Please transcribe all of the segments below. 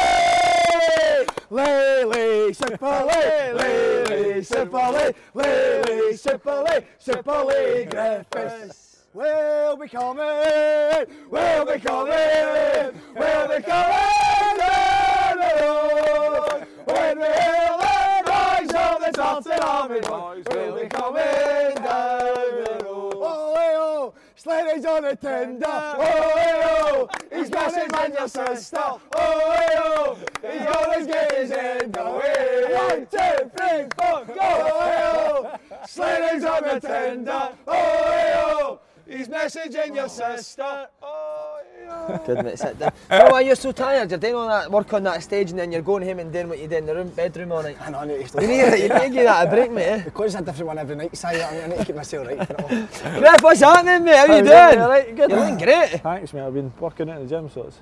Yes! Lately, Chipotle, lately, Chipotle, lately, Chipotle, Chipotle breakfast. We'll be coming, we'll be coming, we'll be coming down the road. When we hear the rise of the Thompson Army boys, we'll be coming down the road. Oh, hey, oh, Slater's on a tender. Oh, hey, oh, he's passing man your sister. Oh, hey, oh, he's always getting his end away. One, two, three, four, go. Oh, hey, oh, Slater's on a tender. Oh, hey, oh, he's messaging your sister. Oh, hey, oh. Couldn't it sit down? No, why you're so tired? You're doing all that work on that stage and then you're going home and doing what you did in the room, bedroom all night. I know, I need to You need, you need to give that a break, mate. eh? Because it's a different one every night, Si, I, mean, I need to keep myself right for it all. Griff, what's happening, mate? How you How's it, doing? mate? Alright, good. You're looking great. Thanks, mate. I've been working out in the gym, so it's.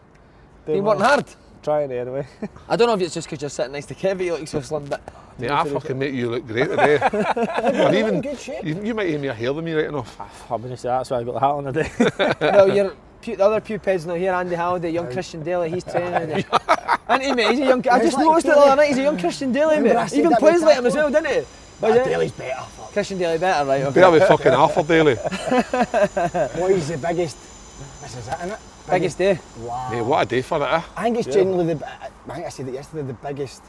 doing Been working well. hard. Trying it anyway. I don't know if it's just because you're sitting next to Kevin, you look so slim, but Yeah, I fucking make you look great today. and even good shape. you, you might hear me a hail than me right enough. I'm gonna say that's why I got the hat on today. no, your pu- the other pupils now here, Andy Halliday, young Christian Daly, he's training. and he, mate, he's a young. I He's just like noticed it the Daly. other night. He's a young Christian Daly, Remember I mate. said Even that plays we like can't him as well, didn't he? Was But it? Daly's better. fuck. Christian Daly better, right? Okay. Better with fucking Alfred Daly. Boy's the biggest. This is it, innit? Biggest day. Wow. Mate, what a day for it, eh? I think it's generally the. I think I said it yesterday. The biggest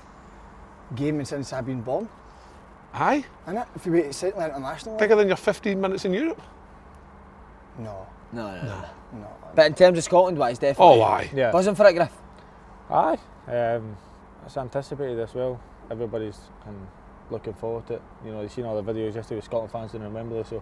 game since I've been born. Aye, Isn't it? If you wait, certainly international. bigger than your 15 minutes in Europe. No, No, no, no. no. But in terms of Scotland wise, definitely. Oh, aye. yeah. Buzzing for it, Griff. Aye. Um, it's anticipated as well. Everybody's um, looking forward to it. You know, you've seen all the videos yesterday with Scotland fans down in Wembley, so.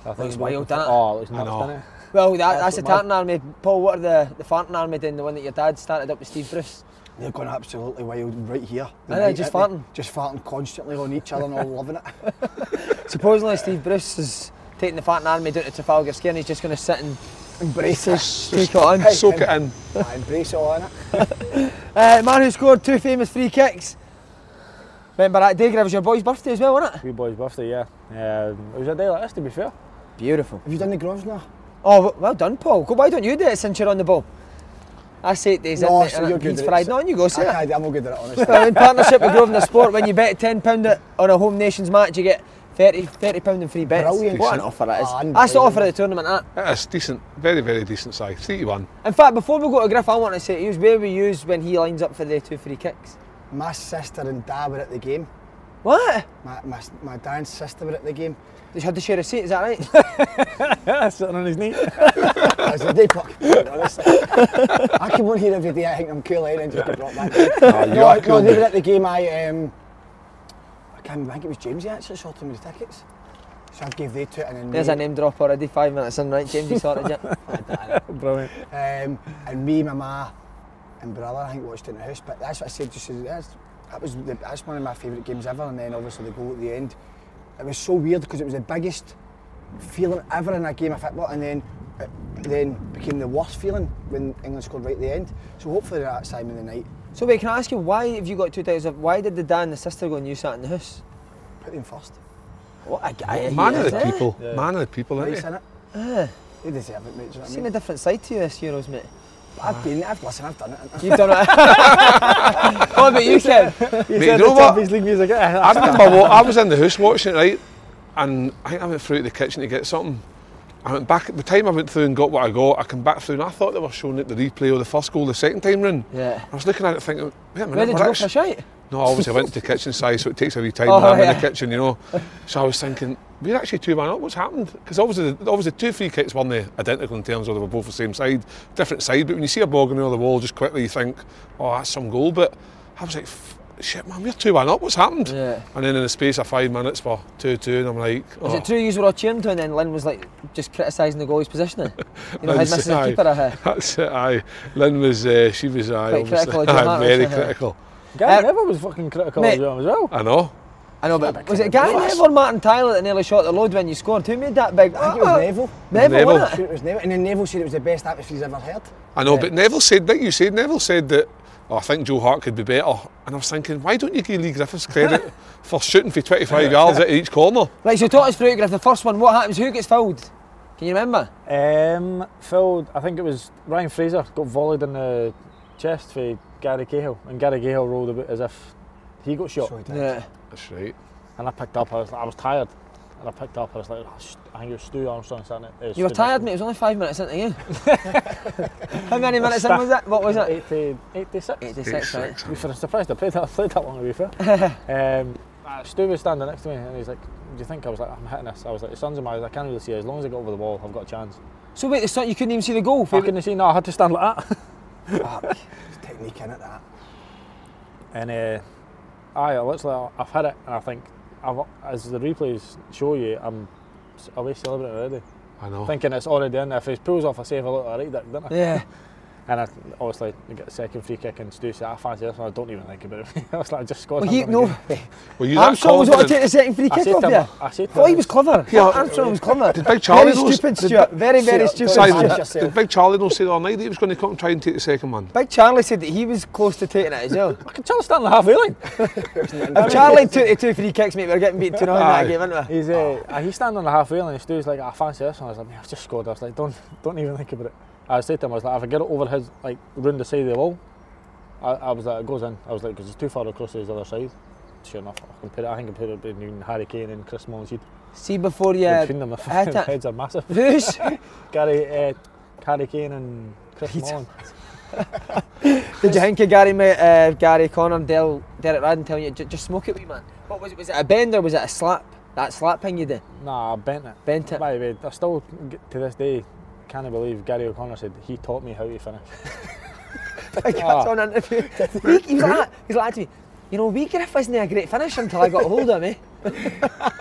I think Looks we're wild, looking for- that. Oh, it looks nuts, know. doesn't it? Well, that, that's the what tartan army. Paul, what are the, the farting army doing? The one that your dad started up with Steve Bruce? They're going absolutely wild right here. They're Aye, right just at me, farting. Just farting constantly on each other and all loving it. Supposedly, Steve Bruce is taking the farting army down to Trafalgar Square and he's just going to sit and Embrace it. take it on. Soak it in. Aye, embrace it all in it. Uh, man who scored two famous free kicks. Remember that day, Griff, was your boy's birthday as well, wasn't it? Wee boy's birthday, yeah. Um, it was a day like this, to be fair. Beautiful. Have you done the groves now? Oh, w- well done, Paul. Go, why don't you do it since you're on the ball? That's eight days No, in so and you're it good beats at it. Friday. No, on you go, I say it. can't- I'm not good at it, honestly. Well, in partnership with Grosvenor Sport, when you bet £10 at- on a home nations match, you get 30, £30 in free bets. Brilliant. What an offer that is. Ah, That's the offer of unbelievable. the tournament, that. It is decent, very, very decent size. 3 to 1. In fact, before we go to Griff, I want to say to you, where were you when he lines up for the two free kicks? My sister and dad were at the game. What? My, my, my dad's sister were at the game. You had to share a seat, is that right? Sitting on his knee. I was a day fuck, honestly. I come on here every day, I think I'm cool, eh, and then just get brought back. you no, are no, cool, they were mate. at the game, I, um, I can't remember, I think it was James, he actually sorted me the tickets. So I gave they two and then There's me, a name drop already, five minutes in, right? James, you sorted it. Brilliant. Um, and me, my ma, and brother, I think watched it in the house. But that's what I said. Just said, that's, that was the, that's one of my favourite games ever. And then obviously the goal at the end. It was so weird because it was the biggest feeling ever in a game of football, and then it then became the worst feeling when England scored right at the end. So hopefully that time of the night, So wait, can I ask you, why have you got two titles? Why did the dad and the sister go and you sat in the house? put them first. What a guy. he Man of is, the eh? people. Yeah. Man of the people, Nice, isn't innit? They deserve it, mate. Do you know I've what I seen a mean? different side to you this Euros, mate. I've been, I've listened, I've done it. You've done it. what about you, Ken? He Mate, said you the know what? Champions League music. eh? I remember wa- I was in the house watching it, right? And I think I went through to the kitchen to get something. I went back, the time I went through and got what I got, I came back through and I thought they were showing it the replay of the first goal the second time round. Yeah. I was looking at it thinking, wait a minute, Where did we're you go actually- for a shite? No, obviously I went to the kitchen size, so it takes a wee time Oh, when I'm in yeah. the kitchen, you know. So I was thinking, we're actually two man up. What's happened? Because obviously, the- obviously, two free kicks weren't they identical in terms of they were both the same side, different side. But when you see a ball going over the wall, just quickly you think, oh, that's some goal. But I was like, "F- shit, man, we're two man up. What's happened? Yeah. And then in the space of five minutes, for two two, and I'm like, Was oh. it true you were all cheering to and then Lynn was like just criticising the goalie's positioning? You know, he's missing a Aye. keeper or her. That's it. Aye, Lynn was. Uh, she was. Aye, Quite obviously- critical of John aye, Martin, very wasn't he? critical. Gary Uh, Neville was fucking critical mate. as well. As well. I know. I know, but was it Gary Class. Neville or Martin Tyler that nearly shot the load when you scored? Who made that big? I think it Ah, was Neville. Neville, Neville. wasn't it? It was Neville, and then Neville said it was the best atmosphere he's ever heard. I know, but Neville said, like you said, Neville said that oh, I think Joe Hart could be better. And I was thinking, why don't you give Lee Griffiths credit for shooting for 25 yards at each corner? Right, so talk us through it, Griff. The first one, what happens? Who gets fouled? Can you remember? Um, Phil, I think it was Ryan Fraser got volleyed in the chest for Gary Cahill, and Gary Cahill rolled about as if he got shot. So he did. Yeah. That's right. And I picked up. I was, I was tired, and I picked up. I was like, oh, sh- I think it was Stu Armstrong sitting it. You were tired, mate. It was only five minutes into you. How many minutes in was it? What was it? 80, 86. 86, right? To be fair, I'm surprised I played that, I played that long, to be fair. um, uh, Stu was standing next to me and he's like, Do you think? I was like, I'm hitting this. I was like, The sun's in my eyes, I can't really see it. As long as I get over the wall, I've got a chance. So wait, so you couldn't even see the goal. Who couldn't see? No, I had to stand like that. It's technique in it, that. and uh, aye, I literally, I've hit it and I think, I've, as the replays show you, I'm s- away celebrating already. I know. Thinking it's already in there. If he pulls off a save, I look like a right dick, didn't I? Yeah. And I, obviously, I get a second free kick and Stu said, I fancy this one, I don't even think about it. I was like, I just scored. Well, I'm he gonna no. get it." Were you that Armstrong was going to take confident? the second free I kick said off to him- you. I said to thought he him- was clever. Yeah. Thought Armstrong was clever. Did Big Charlie Very knows- stupid, did Stuart. Very, very Stuart, stupid. Simon. Stuart. yourself. did Big Charlie not say the other night that he was going to come and try and take the second one? Big Charlie said that he was close to taking it as well. I can tell standing halfway line. if Charlie took the two free kicks, mate, we were getting beat 2 0 in that Aye. game, weren't we? He's uh, Oh. uh, he's standing on the halfway line. and Stu's like, I fancy this one. I was like, "Mate, I've just scored. I was like, don't don't even think about it. I said to him, I was like, if I get it over his like round the side of the wall, I, I was like, it goes in. I was like, because it's too far across to his other side. Sure enough, I can put it. I think I can put it between Harry Kane and Chris Mullins. He'd See before you. Hit between them, the fucking it. heads are massive. Who's? Gary, uh, Harry Kane and Chris Mullins. Did you think of Gary, mate, uh, Gary Connor and Del, Derek Radden telling you, "Ju- just smoke it, wee man? What was it? Was it a bend or was it a slap? That slap thing you did? Nah, I bent it. Bent it. By the way, I still g- to this day can't believe Gary O'Connor said he taught me how to finish. I got on an interview. Ah. He, he was like, he's like to me, you know, wee Griff isn't a great finish until I got hold of him, eh?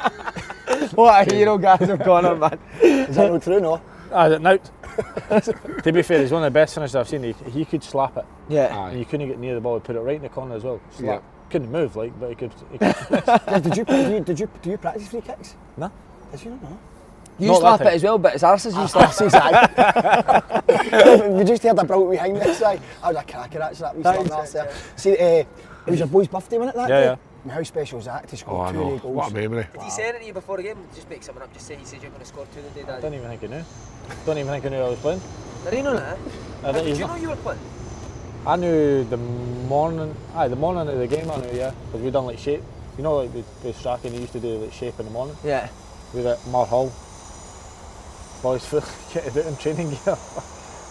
what a hero, guys, of Connor, man. Is that not true, no? Ah, now, to be fair, he's one of the best finishers I've seen. He, he could slap it. Yeah. And you couldn't get near the ball. He put it right in the corner as well. Slap. Yeah. Couldn't move, like, but he could. He could Did you, did you, did you, do you practice free kicks? no. Did you not know? You Not that slap it thing. as well, but it's arses you slap. That's exactly. we just heard a brilliant behind this guy. I was a cracker actually. That wee That stuff is that's it, there. See, uh, it was your boy's birthday, wasn't it? That Yeah, day? yeah. And how special is that to Oh, score I two know. league goals? What a memory. Did he say anything to you before the game? Just make something up. Just say he said you're going to score two today, I Dad. don't even think he knew. Don't even think I knew I was playing. Did he know that? I, don't Did even you know. know you were playing? I knew the morning. Aye, the morning of the game. I knew, yeah, because we done like shape. You know, like with, with Strachan, he used to do like shape in the morning. Yeah. We were at Mar Hall. Boys, full kitted out in training gear.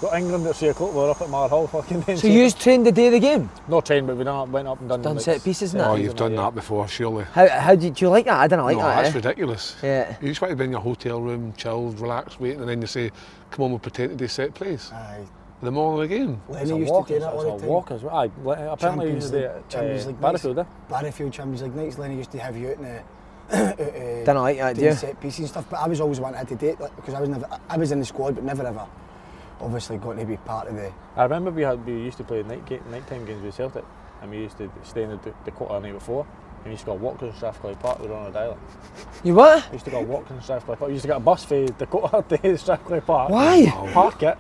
Got England at three o'clock. We were up at Mar Hall, fucking. doing So shape. you trained the day of the game? No train, but we done, went up and done. Done like, set pieces and set that? Oh, pieces you've and done yeah. that before, surely. How, how do, you, do you like that? I didn't like no, that. that's eh? ridiculous. Yeah. You just want to be in your hotel room, chilled, relaxed, waiting, and then you say, come on, we'll pretend to do set plays. Aye. In the morning of the game. It's Lenny a used walk, to do it's, that it's all the a time. walk as well. Aye, well, apparently he used to Champions do League, it at, Champions uh, League nights. Barracuda. Barryfield Champions League nights. Lenny used to have you out in the. Didn't like that, doing yeah. set pieces and stuff. But I was always wanting to date like, because I was never, I was in the squad, but never ever, obviously, got to be part of the. I remember we had we used to play night ga- nighttime games with Celtic, and we used to stay in the, d- the quarter the night before. And we used to go walk to Strathclyde Park. We were on a dialect. You what? We used to go walk to Strathclyde Park. We used to get a bus for the quarter to Strathclyde Park. Why? Park it.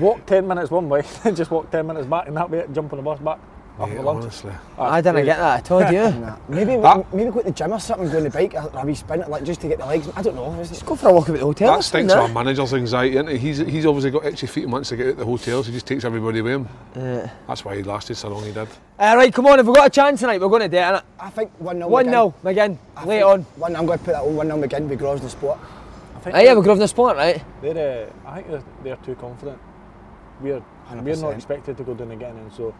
Walk ten minutes one way, then just walk ten minutes back, and that way jump on the bus back. Up Mate, the Ah, lumps. honestly. I didn't get that at all, do you? Nah, maybe That- maybe go to the gym or something, go on the bike, have a wee spin, like just to get the legs. I don't know. Is it? Just go for a walk about the hotel. That stinks no? our manager's anxiety, isn't it? He's, he's obviously got itchy feet and wants to get out of the hotel, so he just takes everybody with him. That's why he lasted so long he did. Uh, right, come on, if we've got a chance tonight, we're going to do it, innit? I think one 0 1 0, McGinn, late on. One, I'm going to put that on one 0 again with Grosner Sport. I think Right, yeah, we're Grosvenor Sport, right? they're, uh, I think they're, they're too confident. We're, we're 100%. not expected to go down again, and so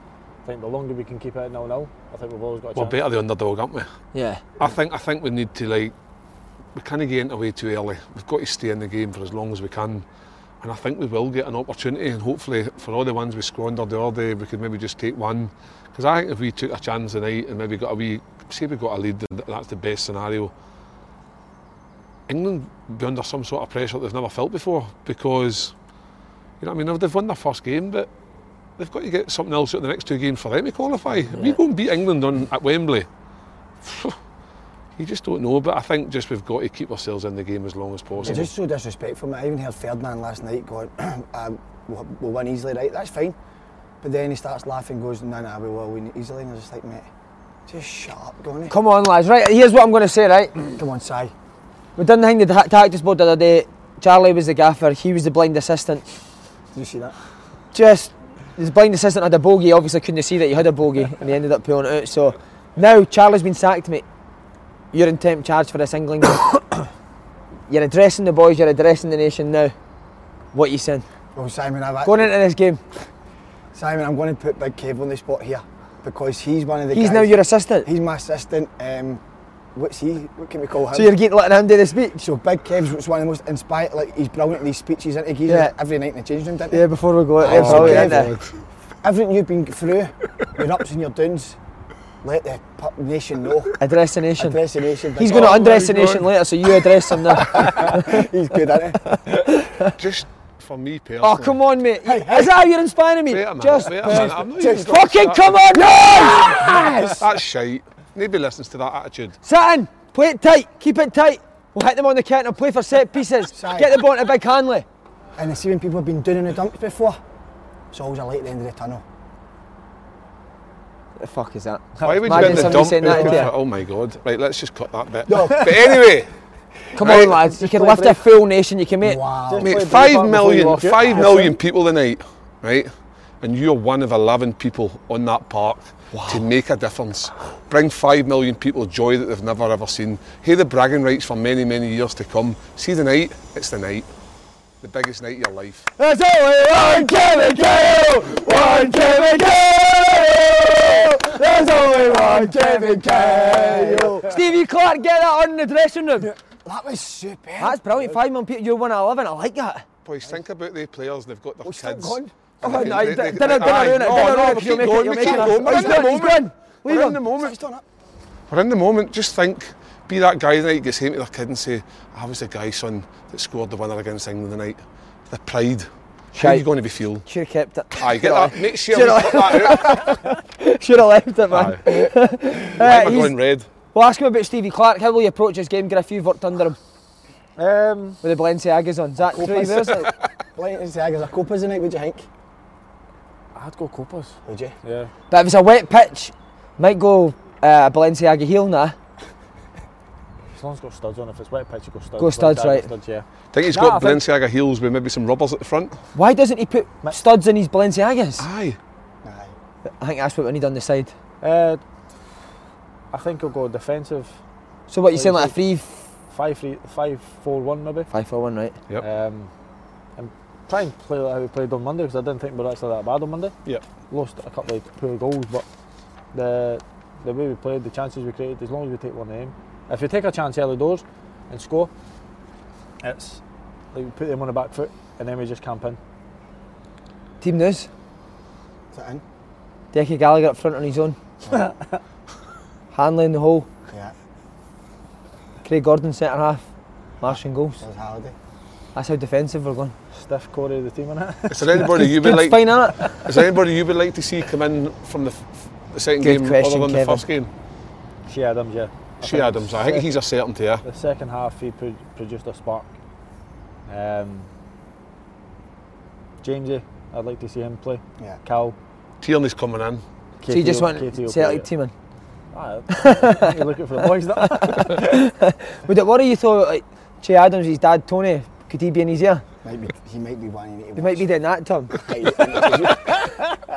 I think the longer we can keep it at 0 0, I think we've always got a We're chance. better the underdog, aren't we? Yeah. I think I think we need to like we can't get into way too early. We've got to stay in the game for as long as we can. And I think we will get an opportunity and hopefully for all the ones we squandered the other day we could maybe just take one. Because I think if we took a chance tonight and maybe got a wee say we got a lead then that's the best scenario. England be under some sort of pressure that they've never felt before because you know what I mean they've won their first game but they've got to get something else out of the next two games for them to qualify. If We go and beat England on at Wembley. You just don't know, but I think just we've got to keep ourselves in the game as long as It's possible. just so disrespectful. mate. I even heard Ferdinand last night going, um, we'll, "We'll win easily, right? That's fine." But then he starts laughing, goes, "No, no, we will win easily." And I was just like, "Mate, just shut up, eh?" Donny." Come on, lads. Right, here's what I'm going to say, right? Come on, Si. We done the thing, the ta- tactics board the other day. Charlie was the gaffer, he was the blind assistant. Did you see that? Just, his blind assistant had a bogey, obviously couldn't see that he had a bogey, and he ended up pulling it out. So now Charlie's been sacked, mate. You're in temp charge for this England game. you're addressing the boys, you're addressing the nation now. What you saying? Well, Simon, I've Going into this game, Simon, I'm going to put Big Kev on the spot here because he's one of the he's guys. now your assistant. He's my assistant. Um, what's he? What can we call him? So you're getting letting him do the speech? So Big Kev's was one of the most inspired. Like he's brilliant at these speeches. Isn't he? He's Yeah. every night in the change room, didn't he? Yeah, before we go out there, Oh, brilliant, yeah. isn't it? Everything you've been through, your ups and your downs, let the pu- nation know. Address the nation. Address the nation. Oh, Big He's going to Kev. undress the nation later, so you address him now. He's good, isn't he? Just for me personally. oh, come on, mate. Is that how you're inspiring me? Wait a minute, Just wait a minute. I'm not even gonna fucking start. come on, guys! That's shite. Nobody listens to that attitude. Sitting, play it tight, keep it tight. We'll hit them on the counter, play for set pieces. Side. Get the ball to Big Hanley. And I see when people have been doing the dumps before, it's always a light at the end of the tunnel. The fuck is that? Why would you Imagine get the somebody dump? saying that before- to you. Oh my god. Right, let's just cut that bit. But anyway, Come Right. on, lads. You can lift a full nation. You can make. Wow. mate, play the five button before you million, walk out. five million people tonight, right? And you're one of 11 people on that park to make a difference. Bring five million people joy that they've never ever seen. Hear the bragging rights for many, many years to come. See the night, it's the night. The biggest night of your life. There's only one Kevin Kale, one Kevin Kale. There's only one Kevin Kale. Stevie Clark, get that on in the dressing room. That was super. That's brilliant. Five million people. You're one out of eleven. I like that. Boys, think about the players, they've got their kids. Oh, still going? And Oh, they- no, they- dinner- they- dinner, aye, ruin it, dinner, no, ruin it, no, we you'll keep make it, going, you'll we make keep it. going, Oh, we're in he's the gone, he's moment. gone. We're Leave in him. the moment. We're in the moment. Just think, be that guy tonight gets home to their kid and say, I was the guy, son, that scored the winner against England tonight. The pride. How are you Shite. going to be feeling? Should have kept it. Aye, get that. Make sure we Should cut that out. Should have left it, man. Aye. Uh, Why am I he's- going red? We'll ask him about Stevie Clark. How will he approach his game? Get a few worked under him Um, with the Balenciagas on. Is that three Copas. years? Like, Blind as a copas tonight, would you think? I'd go Copas. Would you? Yeah. but if it's a wet pitch, might go uh, Balenciaga heel nah. As long as it's got studs on, if it's wet pitch, you go studs. Go studs, Balenciaga right. Studs, yeah. Think he's Nah, got I think- Balenciaga heels with maybe some rubbers at the front. Why doesn't he put studs in his Balenciagas? Aye. Aye. I think that's what we need on the side. Uh, I think I'll go defensive. So what you saying like a three Five, three, five, four, one maybe. five four one right? Yep. Um, and try and play like how we played on Monday because I didn't think we were actually that bad on Monday. Yep. Lost a couple of poor goals, but the the way we played, the chances we created, as long as we take one aim, if you take a chance early doors and score, it's like we put them on the back foot and then we just camp in. Team news. Is that in? Decky Gallagher up front on his own. Hanley in the hole. Yeah. Craig Gordon centre half. Martian goals. There's Halliday. That's how defensive we're going. Stiff Corey, the team in it. Is there anybody you would Good like? spine, innit? Is there anybody you would like to see come in from the, f- the second Good game question, other than the Kevin. first game? she Adams, yeah. I She think Adams. I think he's a certainty. Yeah. The second half, he pro- produced a spark. Um, Jamesy, I'd like to see him play. Yeah. Cal, Tierney's coming in. so you just KTO want KTO Celtic player. team in. Aye, You're looking for the boys, that. Would it worry you though, like Che Adams, his dad Tony, could he be in his ear? Might be, he might be wanting to He might be doing that to him.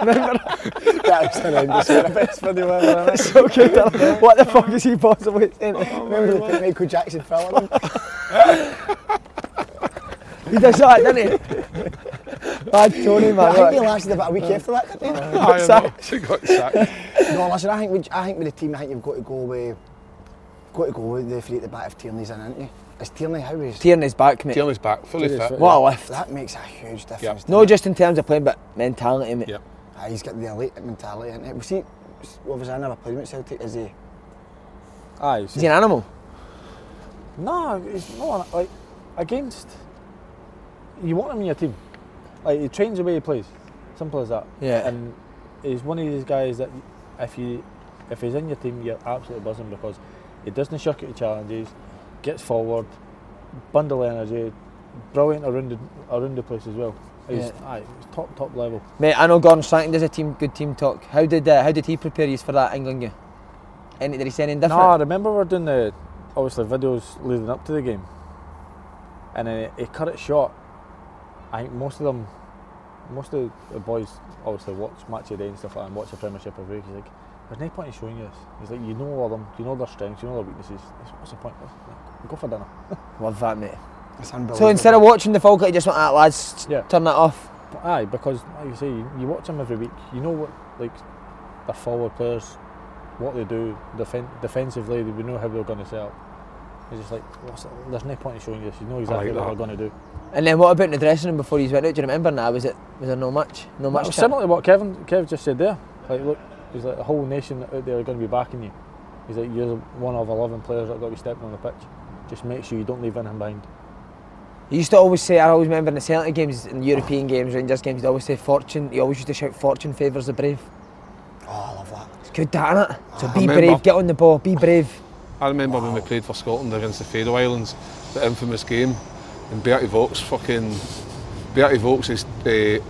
That's an imbecile. Best video ever. so good. What the fuck is he possibly saying? Remember the Michael Jackson film? he does that, doesn't he? Bad Tony, I think they man. lasted about a week after that, didn't they? Aye, I know. He got sacked. No, listen, I think, we, I think with the team, I think you've got to go with, got to go with the three at the back if Tierney's in, haven't you? Is Tierney how is Tierney's back, mate. Tierney's back, fully fit. What a lift. That makes a huge difference. Yeah. doesn't Not it? just in terms of playing, but mentality, mate. Yeah. Aye, he's got the elite mentality in it. We see, obviously, I never played with Celtic. Is he? Aye, Is he an animal? Ah, No, it's not like against. You want him in your team. Like he trains the way he plays. Simple as that. Yeah. And he's one of these guys that if you if he's in your team, you're absolutely buzzing because he doesn't shirk at the challenges, gets forward, bundle energy, brilliant around the, around the place as well. He's Yeah. aye, he's top top level. Mate, I know Gordon Strachan does a team good team talk. How did uh, how did he prepare you for that England game? Any, did he say anything No, I different? remember we were doing the obviously videos leading up to the game, and then he, he cut it short. I think most of them, most of the boys obviously watch match of the day and stuff like that, and watch the Premiership every week. He's like, "There's no point in showing you this." He's like, "You know all them, you know their strengths, you know their weaknesses. He's, What's the point? Like, Go for dinner." Love that, mate. That's unbelievable. So instead of watching the full clip, you just went, ah, lads, Yeah. turn that off. But aye, because like you say, you, you watch them every week. You know what like their forward players, what they do defen- defensively. We know how they're going to set up. It's just like what's, there's no point in showing you this. You know exactly like what that. they're going to do. And then what about in the dressing room before he's went out? Do you remember now? Was it was there no much? No Well, much. chat? similar to what Kevin Kev just said there. Like, look, he's like the whole nation out there are going to be backing you. He's like, you're one of 11 players that got to be stepping on the pitch. Just make sure you don't leave anything behind. He used to always say, I always remember in the Celtic games, in the European games, Rangers games, he'd always say fortune, he always used to shout fortune favours the brave. oh, I love that. It's good that, innit? So I be remember. brave, get on the ball, be brave. I remember when we played for Scotland against the Faroe Islands, the infamous game, and Bertie Vokes fucking. Bertie Vokes' uh,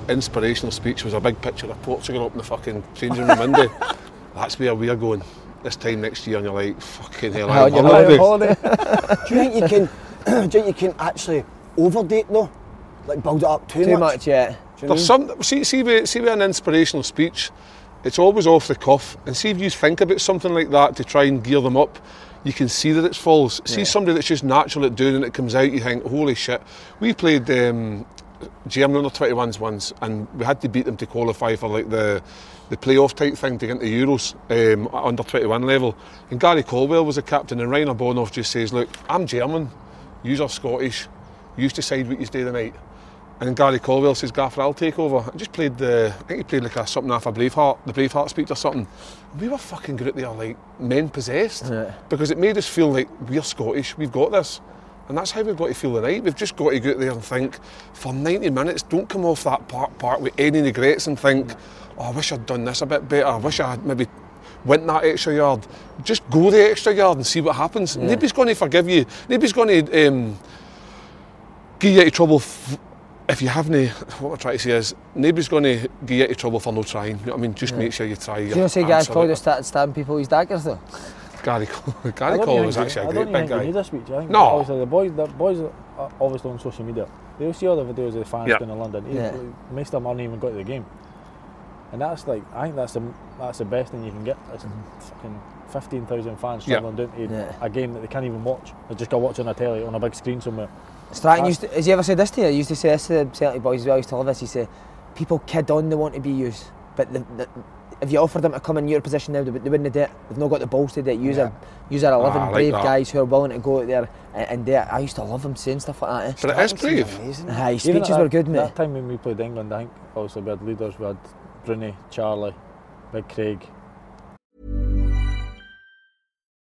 inspirational speech was a big picture of Portugal up in the fucking changing room window. That's where we're going this time next year, and you're like, fucking hell, Oh, I'm you're on on holiday. holiday. Do you think you can? do you think you can actually overdate though? Like build it up too, Too much, yeah. There's some see see with, see with an inspirational speech, it's always off the cuff. And see if you think about something like that to try and gear them up, you can see that it's false. See somebody that's just natural at doing it, it comes out. You think, holy shit. We played um, German under 21s once, and we had to beat them to qualify for like the the playoff type thing to get into Euros um, at under 21 level. And Gary Colwell was a captain, and Rainer Bonhoff just says, look, I'm German, you are Scottish, you decide what you do tonight. And then Gary Colwell says, Gaffer, I'll take over. I just played the, I think he played like a, something off a Braveheart, the Braveheart speech or something. And we were fucking good at there, like men possessed, Yeah. because it made us feel like we're Scottish, we've got this. And that's how we've got to feel tonight. We've just got to go out there and think, for 90 minutes, don't come off that park park with any regrets and think, oh, I wish I'd done this a bit better. I wish I had maybe went that extra yard. Just go the extra yard and see what happens. Nobody's going to forgive you. Nobody's going to um, give you out of trouble f- if you haven't, what I'm trying to say is, nobody's going to get you out of trouble for no trying. You know what I mean? Just make sure you try. Do you know, say guys probably just started stabbing people with his daggers though. Gary Cole, I Gary don't Cole even was think- actually I don't a great even big think you guy. need a speech. I think No. obviously the boys, the boys are obviously on social media. They'll see all the videos of the fans Yeah. going to London. Even, Yeah. Most of them aren't even going to the game. And that's like, I think that's the that's the best thing you can get. That's fucking fifteen thousand fans Yeah. travelling down to Mm-hmm. Yeah. a game that they can't even watch. They just go watch on a telly on a big screen somewhere. Strachan That- used to, has he ever said this to you? He used to say this to the Celtic boys as well, he used to love this, he said, people kid on they want to be used, but the, the, if you offered them to come in your position now, they, would- they wouldn't do it. They've not got the balls to do it. Use are, use are 11 Ah, I like brave that. guys who are willing to go out there and, and do it. I used to love him saying stuff like that. Eh? But it is brave. Amazing. Aye, his Even speeches at that, were good, mate. That time when we played England, I think obviously we had leaders. We had Bruni, Charlie, Big Craig.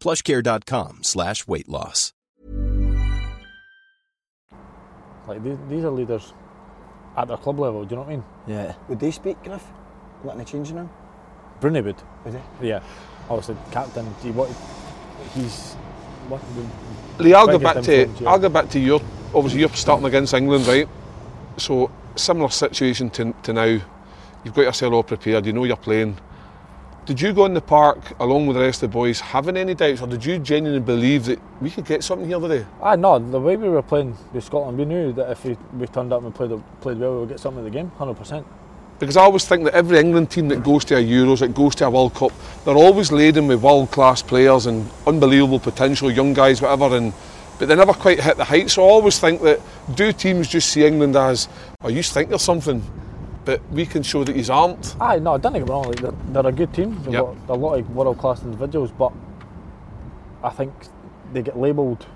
plushcare.com slash weight loss. Like these, these are leaders at their club level. Do you know what I mean? Yeah. Would they speak, Griff? Letting the changing room? Bruni would. Would they? Yeah. Obviously, captain. He, what, he's what, the- Lee, I'll go Biggest back to influence, yeah. I'll go back to your obviously you're starting against England, right? So similar situation to, to now. You've got yourself all prepared, you know you're playing. Did you go in the park along with the rest of the boys having any doubts or did you genuinely believe that we could get something here today? Ah no, the way we were playing with Scotland, we knew that if we, we turned up and played played well, we would get something in the game, hundred percent. Because I always think that every England team that goes to a Euros, that goes to a World Cup, they're always laden with world class players and unbelievable potential, young guys, whatever, and but they never quite hit the height. So I always think that do teams just see England as, oh, you think you're something, but we can show that he's aren't. Aye, Ah, no, don't get me wrong. Like, they're, they're a good team. They've Yep. got a lot of world class individuals, but I think they get labelled.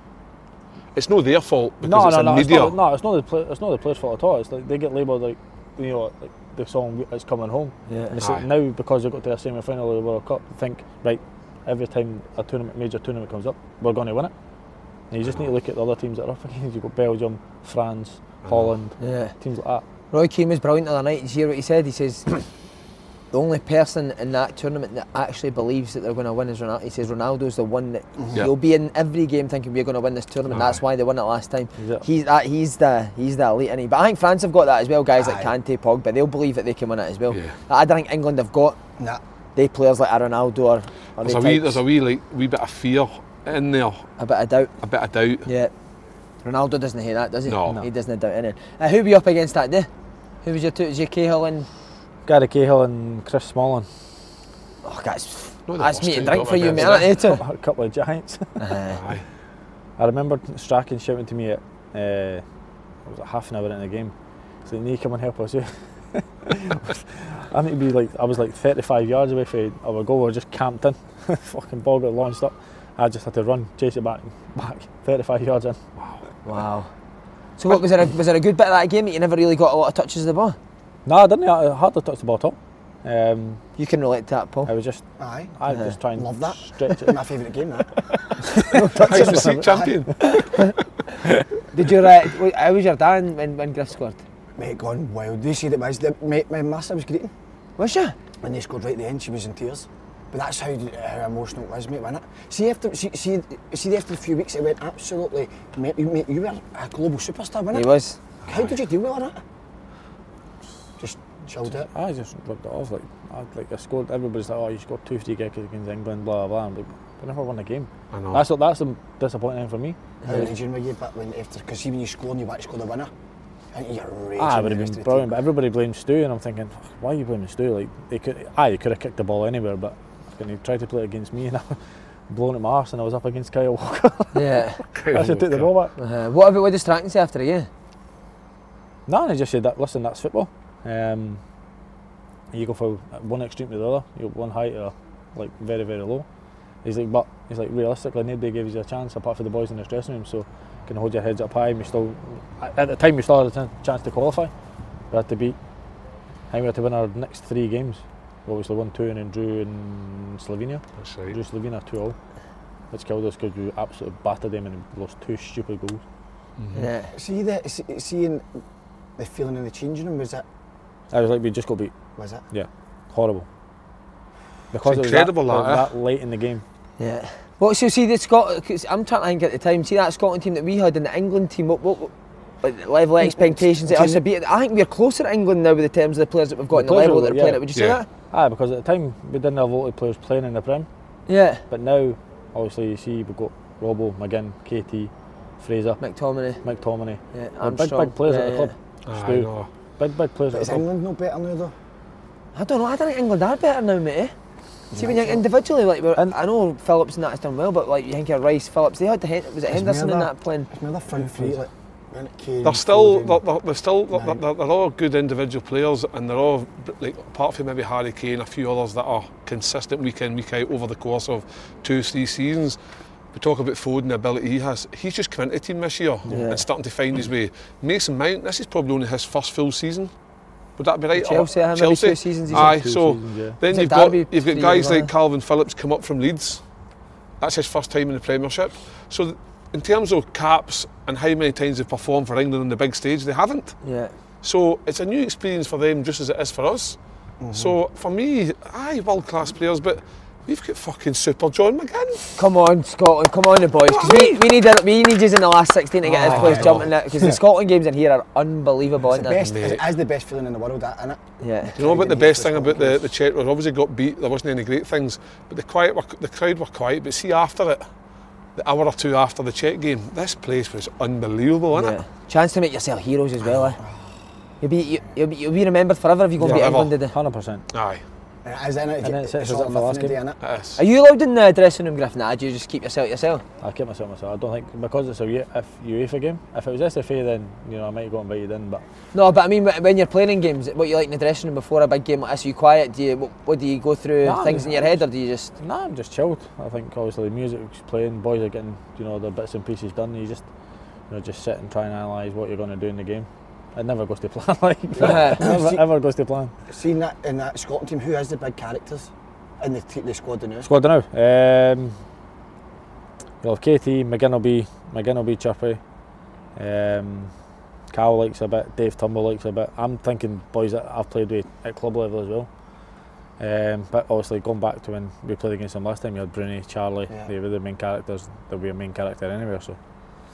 It's no their fault because No, it's no, a no, it's media. not, no. It's not the play, it's not the players' fault at all. It's like they get labelled like you know like the song is coming home. Yeah. And it's Aye. like now because they got to a semi final of the World Cup, they think right every time a tournament major tournament comes up, we're going to win it. And you just need to look at the other teams that are up against. You've got Belgium, France, Holland, Yeah. teams like that. Roy Keane was brilliant the other night. Did you hear what he said? He says the only person in that tournament that actually believes that they're going to win is Ronaldo. He says Ronaldo's the one that Yeah. he'll be in every game thinking we're going to win this tournament. That's why they won it last time. Is it? He's that he's the he's the elite, and he. But I think France have got that as well. Guys like Aye. Kante, Pogba, they'll believe that they can win it as well. Yeah. I don't think England have got Nah. they players like a Ronaldo or, or There's they a wee, types. there's a wee like wee bit of fear in there, a bit of doubt. a bit of doubt. Yeah. Ronaldo doesn't hear that, does he? No. No. He doesn't doubt anything. Uh, who were you up against that day? Who was your two? Was your Cahill and Gary Cahill and Chris Smalling, Oh, that's, No, they that's lost meat and two, drink got for you, them mate. against aren't they, too? a couple of giants. Uh, Aye. I remember Strachan shouting to me at uh, it was like half an hour into the game, saying, "Nee, come and help us." eh?" I need to be like I was like 35 yards away from our goal. We were just camped in. Fucking ball got launched up. I just had to run, chase it back, back 35 yards in. Wow. So what was there? A, was there a good bit of that game that you never really got a lot of touches of the ball? No, I didn't. I hardly touched the ball at all. Um, You can relate to that, I Paul. was just Aye. I was just trying Love to that. stretch it. My favourite game, that. He's the seat champion. Did your uh, w- how was your Dan when when Griff scored? Mate, gone wild. They said it was. The, mate, my master was greeting. Was you? When they scored right at the end, she was in tears. But that's how, how emotional it was, mate, wasn't it? See, after, see, see, see after a few weeks, it went absolutely. Mate, you, mate, you were a global superstar, wasn't He it? was. How did you deal with all that? Just chilled out. I just rubbed it off. Like I like I scored. Everybody's like, "Oh, you scored two free kicks against England." Blah blah. I'm like, we never won a game. I know. That's that's the disappointing for me. How raging were you? But when after, because see, when you score and you want to score the winner, and you're raging. Ah, it the would have rest of been the brilliant, team. but everybody blames Stu, and I'm thinking, "Fuck, why are you blaming Stu? Like they could, aye, they could have kicked the ball anywhere, but fucking he tried to play it against me, and I blown at my arse, and I was up against Kyle Walker. Yeah. I should take the ball back. Uh, what about what did Stratton say after the game? No, and I just said that. Listen, that's football. Um, you go from one extreme to the other. You go one high to like very very low. He's like, but he's like realistically, nobody gives you a chance apart from the boys in the dressing room. So you can hold your heads up high. And we still at the time we still had a chan- chance to qualify. We had to beat. I think we had to win our next three games. We obviously won two and then drew in Slovenia. That's We right. drew Slovenia two 0 which killed us because we absolutely battered them and we lost two stupid goals. Yeah. See the see- seeing the feeling in the changing room was it? I was like, we just got beat. Was it? Yeah, horrible. Because It's it was that- incredible, it was that, eh? that, late in the game. Yeah. Well, so see the Scot. 'cause I'm trying to think at the time. See that Scotland team that we had and the England team. What, what, like the level of expectations that us have beat. I think we're closer to England now with the terms of the players that we've got and the players level we've that got, are playing yeah. at. Would you say Yeah. that? Aye, because at the time we didn't have a lot of players playing in the Prem, Yeah. but now obviously you see we've got Robbo, McGinn, KT, Fraser, McTominay. McTominay. Yeah, They're big, Armstrong. big players Yeah, at the club. Aye, Stu. no. Big, big players at the Is club. England no better now though? I don't know. I don't think England are better now, mate. eh? See, when you individually, like, we're- I know Phillips and that has done well, but like, you think of Rice, Phillips, they had the Hen- was it Henderson in Miller- that playing? It's my other front three, like, when it came. They're still, Foden. they're, they're, they're still, they're, Nine. they're, they're all good individual players, and they're all like apart from maybe Harry Kane, a few others that are consistent week in, week out over the course of two, three seasons. We talk about Foden, the ability he has. He's just come into the team this year and starting to find his way. Mason Mount, this is probably only his first full season. Would that be right? Chelsea, I remember two seasons he's Aye, in. Two so seasons, yeah. then Is it you've got, Derby you've three got years guys like ago? Calvin Phillips come up from Leeds. That's his first time in the Premiership. So, th- in terms of caps and how many times they've performed for England on the big stage, they haven't. Yeah. So, it's a new experience for them just as it is for us. Mm-hmm. So, for me, aye, world class players, but we've got fucking super John McGinn. Come on, Scotland, come on, the boys. 'cause we, we need we need yous in the last 16 to get this place jumping it because the Scotland games in here are unbelievable, Ah, It's aren't the they? best, it is the best feeling in the world, that, isn't it? Yeah. You know about the best thing about the, the Czech was obviously got beat, there wasn't any great things, but the quiet were, the crowd were quiet, but see after it, the hour or two after the Czech game, this place was unbelievable, wasn't yeah. Chance to make yourself heroes as well, eh? You'll be, you, you'll be, you'll be remembered forever if you go and beat Forever. England eh? today. 100%. it? Aye. It is, isn't it? And It's, it's- it's all on the last fluffing game. in it? It is. Are you allowed in the dressing room, Griffin? Or do you just keep yourself to yourself? I kept myself myself. I don't think because it's a U- E, if UEFA game. If it was SFA, then you know I might have got invited in. But No, but I mean, wh- when you're playing in games, what you like in the dressing room before a big game like this, are you quiet? Do you, what, what do you go through No, things in your head, or do you just? nah, I'm just chilled. I think obviously music's playing, boys are getting you know their bits and pieces done. You just you know just sit and try and analyse what you're going to do in the game. It never goes to plan. Like Yeah. never ever goes to plan. Seeing that in that Scotland team, who has the big characters in the, te- the squad now? Squad now. Um, you'll have Katie, McGinn will be McGinn will be chirpy. Um, Cal likes a bit. Dave Tumble likes a bit. I'm thinking boys that I've played with at club level as well. Um, but obviously going back to when we played against them last time, you had Bruni, Charlie. Yeah. They were the main characters. They'll be a main character anywhere. So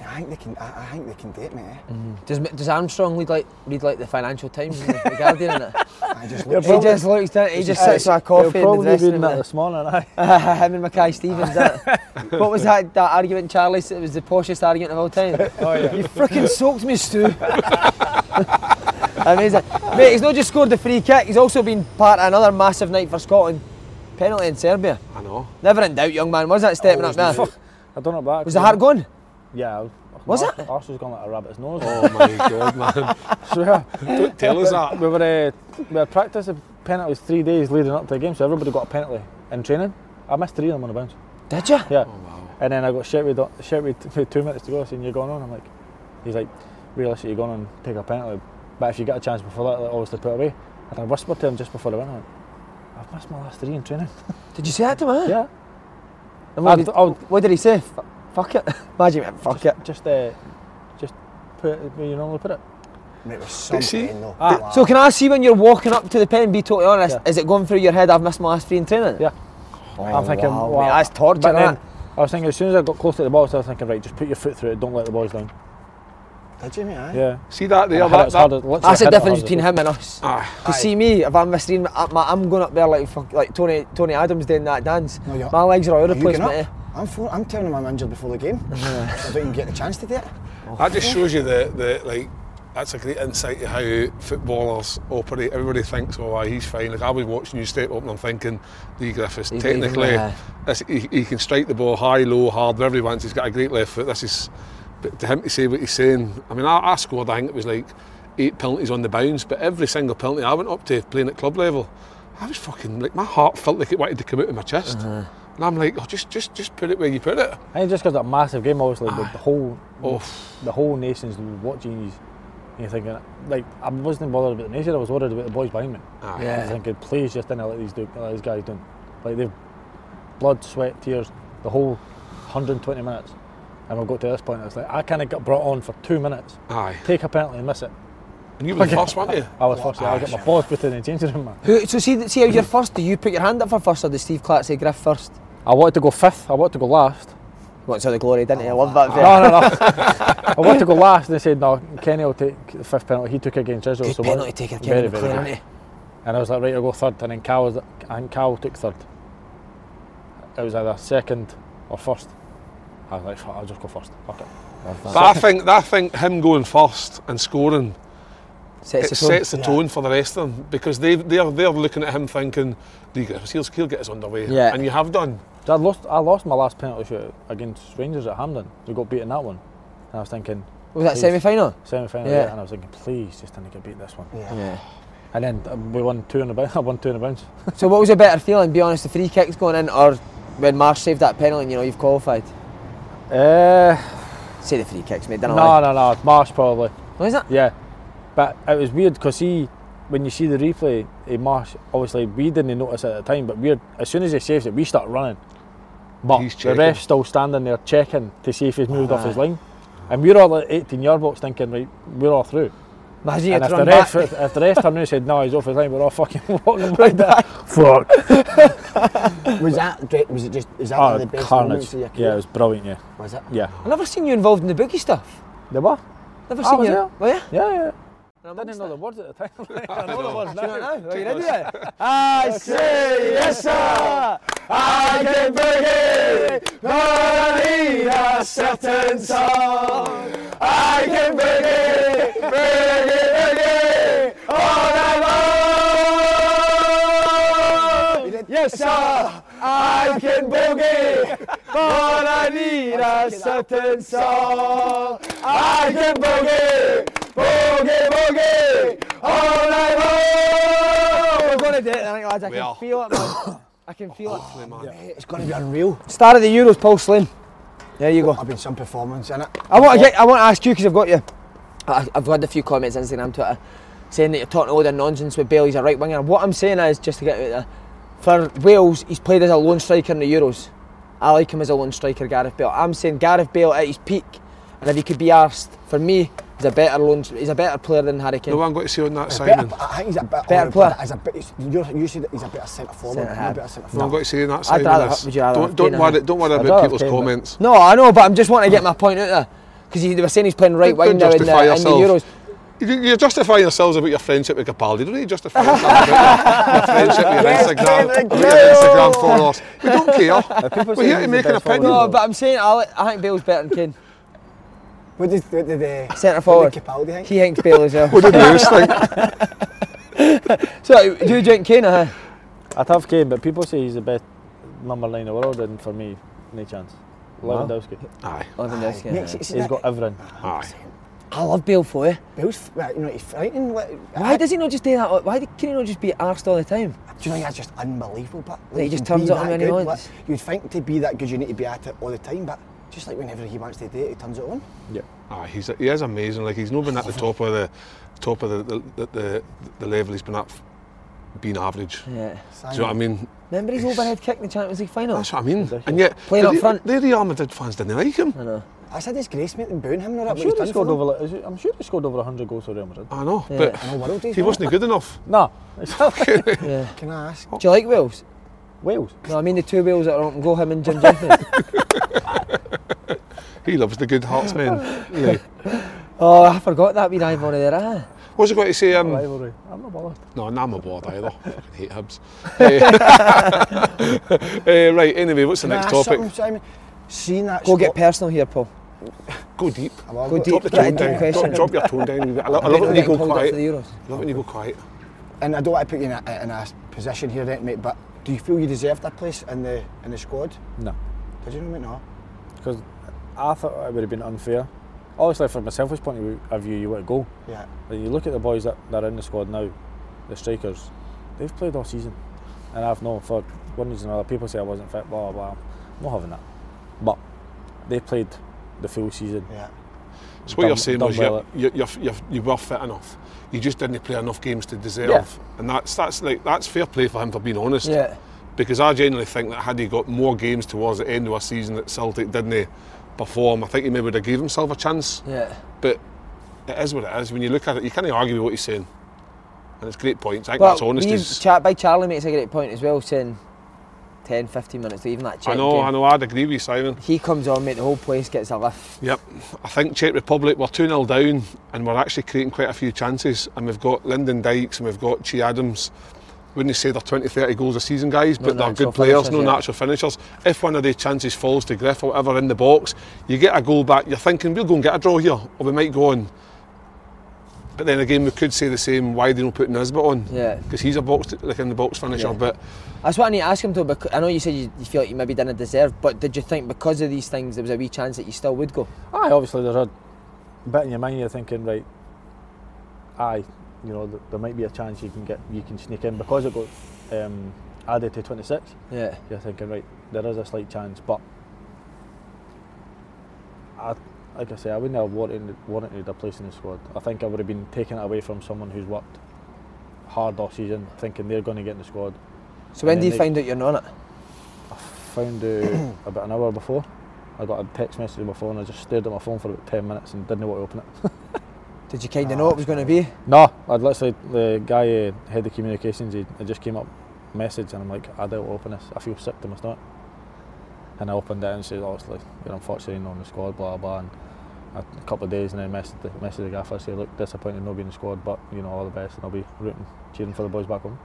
I think they can. I, I think they can date me. Eh? Does, does Armstrong lead like read like the Financial Times, and the Guardian, and it? I just look. he just looks down. He just sits with a You'll coffee in the probably dressing been room. that this morning. Aye. Him and Mackay Stevens. that. what was that, that argument, Charlie? said It was the poshest argument of all time. oh yeah. You freaking soaked me, Stu. Amazing, mate. He's not just scored the free kick. He's also been part of another massive night for Scotland. Penalty in Serbia. I know. Never in doubt, young man. Was that stepping up there? I don't know about. Was the heart gone? Yeah. I was, Was my it? arse- Arse was gone like a rabbit's nose. Oh my god, man. Swear. Don't tell us that. We were uh, we had practice of penalties three days leading up to the game, so everybody got a penalty in training. I missed three of them on a bounce. Did you? Yeah. And then I got shit with shit with with two minutes to go, saying you're going on. I'm like, he's like, realistically you're going on and take a penalty, but if you get a chance before that, like, obviously put it away. And I whispered to him just before the win, I went, I've missed my last three in training. Did you say that to him? yeah. And what, I- did, I would- what did he say? F- fuck it. Imagine, he went, fuck it. Just uh, just put it where you normally put it. Mate, was something see- though. Ah, Wow. So can I see when you're walking up to the pen? Be totally honest. Yeah. Is it going through your head? I've missed my last three in training. Yeah. I'm Oh, thinking, wow, wow. mate, that's torture. But then that. I was thinking, as soon as I got close to the box, I was thinking, right, just put your foot through it, don't let the boys down. Did you, mate? Aye? Yeah. See that there? I had it That, as hard that, as- literally That's the had it as hard difference as between it. him and us. ah, To see me, if I'm missing, I'm, I'm going up there like fuck, like Tony Tony Adams doing that dance. No, you're- my legs are all over Are the you place, getting mate. up? I'm, full, I'm telling him I'm injured before the game. I don't even get the chance to do it. that just shows you the, the like. That's a great insight to how footballers operate. Everybody thinks, "Oh, aye, he's fine." Like I was watching you step up, and I'm thinking, Lee Griffiths. He's technically, leaving, aye. this, he, he can strike the ball high, low, hard, wherever he wants. He's got a great left foot. This is, but to him to say what he's saying. I mean, I, I scored. I think it was like eight penalties on the bounce, but every single penalty I went up to playing at club level, I was fucking like my heart felt like it wanted to come out of my chest. And I'm like, oh, just, just, just put it where you put it. And just because that massive game, obviously, the, the whole Oh. the whole nation's watching you. And you're thinking, like, I wasn't bothered about the nation. I was worried about the boys behind me. Aye. I was thinking, please just don't let these do, let these guys do. Like they've blood, sweat, tears, the whole 120 minutes, and we've got to this point. It's like I kind of got brought on for two minutes. Aye. Take a penalty and miss it. And you were the first, weren't you? I was first. I got my balls put in the changing room, man. Who, so see, see how you're first. Do you put your hand up for first, or does Steve Clark say Griff first? I wanted to go fifth. I wanted to go last. What's out the glory, didn't he? I love that. bit. Oh, No, no, no. I wanted to go last, and they said, no, Kenny will take the fifth penalty. He took it against Israel. Good so penalty what, taker, very, Kenny eh? very McLean, good. isn't he? And I was like, right, I'll go third. And then Cal, was, I think Cal took third. It was either second or first. I was like, "Fuck, I'll just go first. Fuck it. But I think, I think him going first and scoring Sets it the tone. sets the tone for the rest of them because they they're they're looking at him thinking he'll, he'll get us underway Yeah. and you have done So I lost, I lost my last penalty shoot against Rangers at Hampden. We got beaten that one. And I was thinking, Was that semi final? semi final. Yeah. Yeah. And I was thinking, please, just didn't get beat this one. Yeah. And then uh, we won two in a bounce. I won two in a bounce. So what was a better feeling? Be honest, the free kicks going in, or when Marsh saved that penalty, and you know you've qualified. Eh. Uh, Say the free kicks, mate. Don't no, lie. no, no. Marsh probably. No, is that? Yeah, but it was weird because he, when you see the replay, he marsh. Obviously, we didn't notice at the time, but we're as soon as he saves it, we start running. But He's the checking. ref's still standing there checking to see if he's moved off his line, and we're all at 18 yard box thinking, right, we're all through. Imagine you and had if to the run ref, back. if the ref turned around and said, no, he's off his line, we're all fucking walking right back. Oh, Fuck. Was that great? Was it just? Is that one Oh, of the best carnage. moments of your Yeah, it career? was brilliant. Yeah, was it? yeah. I've never seen you involved in the boogie stuff. They were. Never I seen Oh, was you. Oh, there. Were you? Yeah, yeah. I amongst didn't know the words at the time. I know the words Do you now. not know? Are you ready there? I say yes, sir. I can boogie, but I need a certain song. I can boogie, boogie, boogie, all night long. Oh, Yes, sir. I can boogie, but I need a certain song. I can boogie, boogie, boogie, all night long. We're going to do it, I think, lads. I We are. can feel it, man. I can feel it. It's going to be unreal. Start of the Euros, Paul Slim. There you go. I've been some performance in it. I want to get. I want to ask you because I've got you. I, I've had a few comments Instagram, Twitter, saying that you're talking all the nonsense with Bailey's a right winger. What I'm saying is just to get it out there. For Wales, he's played as a lone striker in the Euros. I like him as a lone striker, Gareth Bale. I'm saying Gareth Bale at his peak, and if he could be arsed, for me, he's a better lone. He's a better player than Harry Kane. no I'm going to see on that Better, Simon I think he's a bit. Better player. He's a bit. He's, you're, you said that he's a better centre forward. Centre I'm a half. better centre no I'm forward. going to see on that I'd Simon rather- this. would you rather don't, have don't, Kane worry, on it? don't worry I'd about rather people's have Kane, but- comments no, I know, but I'm just wanting to get my point out there because they were saying he's playing right Don't- wing don't now in the, justify in the Euros. yourselves. You- You're justifying yourselves about your friendship with Capaldi. Don't you justify yourself about your friendship with your Instagram, about your Instagram followers? We don't care. We're say here to he's make the an best forward in opinion. the No, but I'm saying I, li- I think Bale's better than Kane. What did, what did uh, Centre forward. What did Capaldi think? He thinks Bale uh, as well. What did Lewis think? so, do you drink Kane? Or, I'd have Kane, but people say he's the best number nine in the world, and for me, no chance. Lewandowski. Aye, Lewandowski. Yeah, it's- it's He's that- got everything. aye. I love Bale for you. Bill's, right, you know, he's frightening. Like, Why does he not just do that? Why do- can he not just be arsed all the time? Do you know that's just unbelievable? But That he to just be turns it on that when he good, like, wants. You'd think to be that good, you need to be at it all the time, but just like whenever he wants to do it, he turns it on. Aye, Ah, he's he is amazing. Like he's not been at the top of the top of the the, the, the level he's been at, f- being average. Yeah. Do you know what I mean? Remember his overhead kick in the Champions League final? That's what I mean. And yet, Playing the, up Re- front. the Real Madrid fans didn't like him. I know. That's a disgrace, mate, and booing him. Not I'm sure, he scored over, like- is he- I'm sure he scored over 100 goals for Real Madrid. I know, I know, but world eh? he wasn't good enough. No, Yeah. Can I ask? Do you like Wales? Wales. No, I mean the two Wales that are on go, him and Jim Jeffrey. He loves the good hearts man. Yeah. oh, I forgot that we rivalry there, eh? What's he going to say? Um, Rivalry. I'm not bothered. no, nah, I'm not bored either. Fucking hate Hibs. Eh, eh, right. Anyway, what's the Can I next ask topic? something, Simon? Seeing that Go get Scot- personal here, Paul. Go deep. Well, Go look, deep. Drop the Get tone into the down. question. Drop, drop your tone down. a wee bit. I lo- I love it when you go Hold up for the quiet. Euros. I love it when you go quiet. And I don't want to put you in a, in a position here, right, mate, but do you feel you deserved that place in the in the squad? No, Did you know, mate? No. because I thought it would have been unfair. Obviously, from a selfish point of view- of view, you want to go. Yeah. But you look at the boys that, that are in the squad now, the strikers, they've played all season. And I've known for one reason or another, people say I wasn't fit, blah, blah, blah. I'm not having that. But they played the full season. Yeah. So what Done- you're saying done was well you're, you're, you're, you're, you were fit enough. You just didn't play enough games to deserve. Yeah. And that's that's like that's fair play for him for being honest. Yeah. Because I genuinely think that had he got more games towards the end of a season that Celtic didn't he perform, I think he maybe would have gave himself a chance. Yeah. But it is what it is. When you look at it, you can't argue with what he's saying. And it's great points. I think that's Well, honest. we've as- chat by Charlie makes a great point as well, saying 10, 15 minutes, even that check. I know, game. I know, I'd agree with you, Simon. He comes on, mate, the whole place gets a lift. Yep. I think Czech Republic, we're 2 0 down and we're actually creating quite a few chances. And we've got Lyndon Dykes and we've got Chi Adams. Wouldn't say they're 20, 30 goals a season, guys, but they're natural good players, finishers, no yeah. natural finishers. If one of their chances falls to Griff or whatever in the box, you get a goal back, you're thinking, we'll go and get a draw here, or we might go on. But then again, we could say the same why they're not putting Nisbet on. Yeah. Because he's a box, like in the box finisher, Yeah. but That's what I need to ask him, though, because I know you said you, you feel like you maybe didn't deserve, but did you think because of these things there was a wee chance that you still would go? Aye, obviously there's a bit in your mind you're thinking, right, aye, you know, th- there might be a chance you can get, you can sneak in because it got um, added to 26. Yeah. You're thinking, right, there is a slight chance, but I, like I say, I wouldn't have wanted, wanted a place in the squad. I think I would have been taking it away from someone who's worked hard all season, thinking they're going to get in the squad. So when And do you then find out you're not on it? Found out about an hour before. I got a text message on my phone. I just stared at my phone for about ten minutes and didn't know what to open it. Did you kind of know it was going to be? No, I'd literally the guy uh, head of communications. He, it just came up message, and I'm like, I don't open this. I feel sick to my stomach. And I opened it and said, oh, it's like, you're unfortunately not in the squad, blah blah. And a couple of days, and then messaged the, messaged the guy first, say, look, disappointed not being in the squad, but you know all the best, and I'll be rooting, cheering for the boys back home.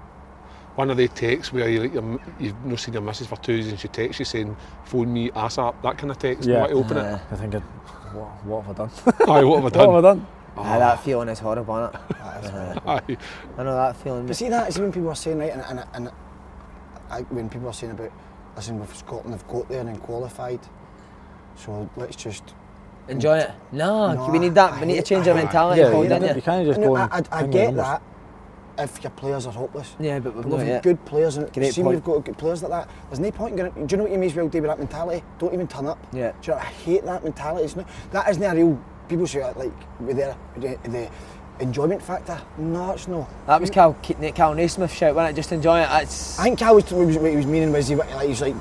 one of the texts where you, like, your- you've not seen your missus for two days and she texts you saying, phone me ASAP, that kind of text. Yeah. Yeah. open it. Uh, I think, what, what have I done? Aye, what have I what have done? I done? aye, Ah, that feeling is horrible, innit? Aye. I know that feeling. But see that is when people are saying right, and, and, and I, when people are saying about, listen, with Scotland have got there and then qualified, so let's just. Enjoy it. No, No, we need that. I We need to hate- change our I- I- mentality, Yeah, Paul, you don't don't- you? you can't just And go I, and I, I finger get numbers. that if your players are hopeless. Yeah, but we've But not we've yet. good players and Great see point. we've got good players like that. There's no point in going. Do you know what you may as well do with that mentality? Don't even turn up. Yeah. Do you know, I hate that mentality. It's not, that isn't a real. People say that, like with their the, the enjoyment factor. No, it's no. That was Cal, Nick Cal Naismith shout, wasn't it? Just enjoy it. That's, I think Cal was, what he was, what he was meaning was he, wa- like, he was like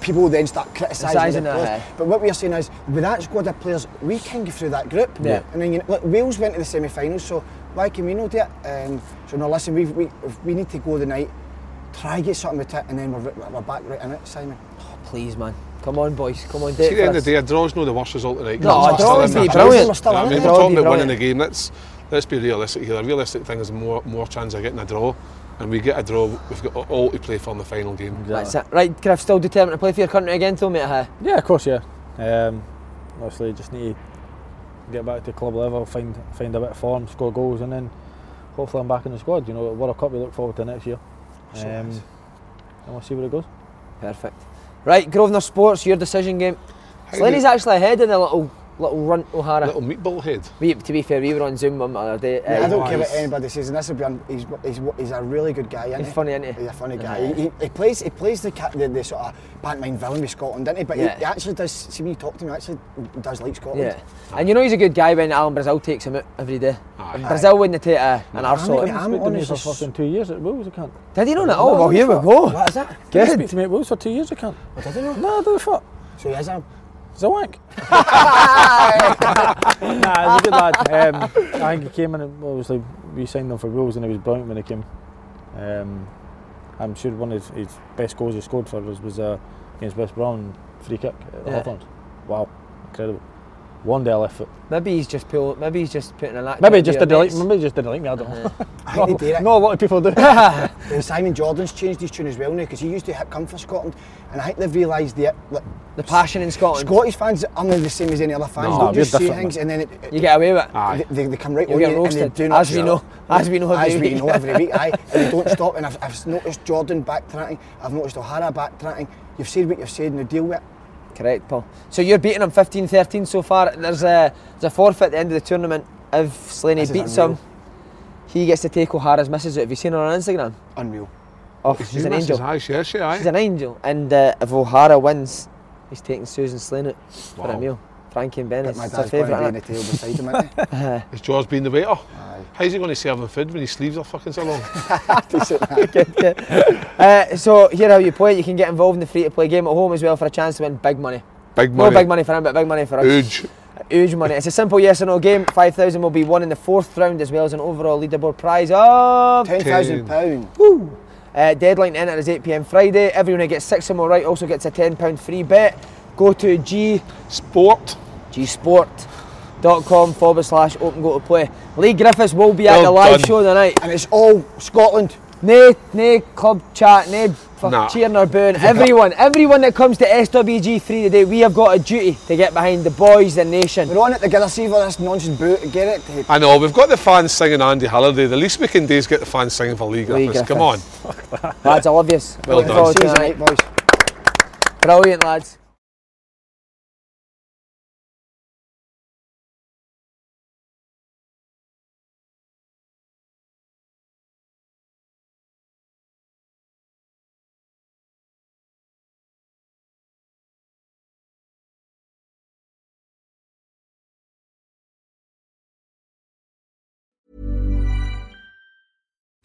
people then start criticising Criticising the it, players. aye. But what we're saying is with that squad of players, we can go through that group. Yeah. And then you know, look, Wales went to the semi-finals, so why can we not do it? Um, so no, listen, we we if we need to go the night. Try get something with it, and then we're, we're back right in it, Simon. please, man. Come on, boys. Come on, do See, it at the for end of us. the day, a draw's not the worst result tonight. No, We're a still draw would be brilliant. in that group. We're still in it. You know what I mean, A we're draw would talking be about winning the brilliant. game. Let's let's be realistic here. The realistic thing is more more chance of getting a draw, and we get a draw. We've got all to play for in the final game. That's it. Right, Griff, still determined to play for your country again, though, mate? huh? Yeah, of course, yeah. Um, obviously, just need to get back to club level, find find a bit of form, score goals, and then hopefully I'm back in the squad. You know, World Cup, we look forward to next year. Um, and we'll see where it goes. Perfect. Right, Grosvenor Sports, your decision game. How Slaney's did- actually ahead in the little little runt O'Hara. little meatball head. We, to be fair, we were on Zoom one other day. Uh, I don't care he's- what anybody says, and this will be. Un- he's, he's he's a really good guy. Isn't He's funny, isn't he? He's a funny guy. Yeah. He, he, he plays he plays the, ca- the the sort of pantomime villain with Scotland, doesn't he? But Yeah. he, he actually does. See when you talk to him, he actually does like Scotland. Yeah. And you know he's a good guy when Alan Brazil takes him out every day. Aye. And Brazil wouldn't take a, an Aye, arsehole. mate. Ah, Speak to I'm me for honest as- fucking two years at Wolves, I can't. Did he know that? Oh, well, here we go. What is it? Did you speak to me at Wolves for two years, I can't. I didn't know. No, I don't fuck. So he is a. He's a wank. nah, he's a good lad. Um, I think he came in, and obviously, we signed him for Wolves and he was brilliant when he came. Um, I'm sure one of his best goals he scored for us was uh, against West Brom free kick at the Yeah. Hawthorns. Wow, incredible. One day I left foot. Maybe he's just pull, Maybe he's just putting a lack. Maybe he just didn't like. Maybe he just didn't like me. I don't know. I think they did it. no, a lot of people do. Uh, Simon Jordan's changed his tune as well now because he used to hit come for Scotland, and I think they've realised that like, the passion in Scotland. Scottish fans aren't the same as any other fans. No, They'll just we're say different, things and then it, it- you get away with it. They, they, they come right You'll on get you and they roasted, do not as we shut know- up. as we know every as we week. know every week aye and they don't stop and I've, I've noticed Jordan backtracking I've noticed O'Hara backtracking you've said what you've said and you deal with it Correct, Paul. So you're beating him 15-13 so far. There's a there's a forfeit at the end of the tournament. If Slaney This is beats unreal. him, he gets to take O'Hara's misses out. Have you seen her on Instagram? unreal Oh, she's an angel. Aye, she is, she, aye. She's an angel. And uh, if O'Hara wins, he's taking Susan Slane out for Wow. a meal. Frankie and Bennett's but my it's her dad's favourite. going to be in the innit? tail beside him isn't he? His jaw's been the waiter. How's he going to serve him food when his sleeves are fucking so long? Uh, so here how you play. it. You can get involved in the free-to-play game at home as well for a chance to win big money. big No money. big money for him, but big money for us. Huge. Huge money. It's a simple yes or no game. 5,000 will be won in the fourth round as well as an overall leaderboard prize of £10,000 Uh, deadline to enter is 8pm Friday. Everyone who gets six or more right also gets a £10 free bet. Go to G Sport. gsport.com forward slash open go to play. Lee Griffiths will be at Well the live done. show tonight. And it's all Scotland. Nay, nay, club chat, nay, fuck Nah. cheering or booing. Everyone, everyone that comes to SWG3 today, we have got a duty to get behind the boys, the nation. We're on it together, see for this nonsense boot. Get it? Hey, I know, we've got the fans singing Andy Halliday. The least we can do is get the fans singing for Lee Lee Griffiths. Come on. Griffiths. Lads, I love yous. Well Looking done. forward See to you tonight. tonight, boys. Brilliant, lads.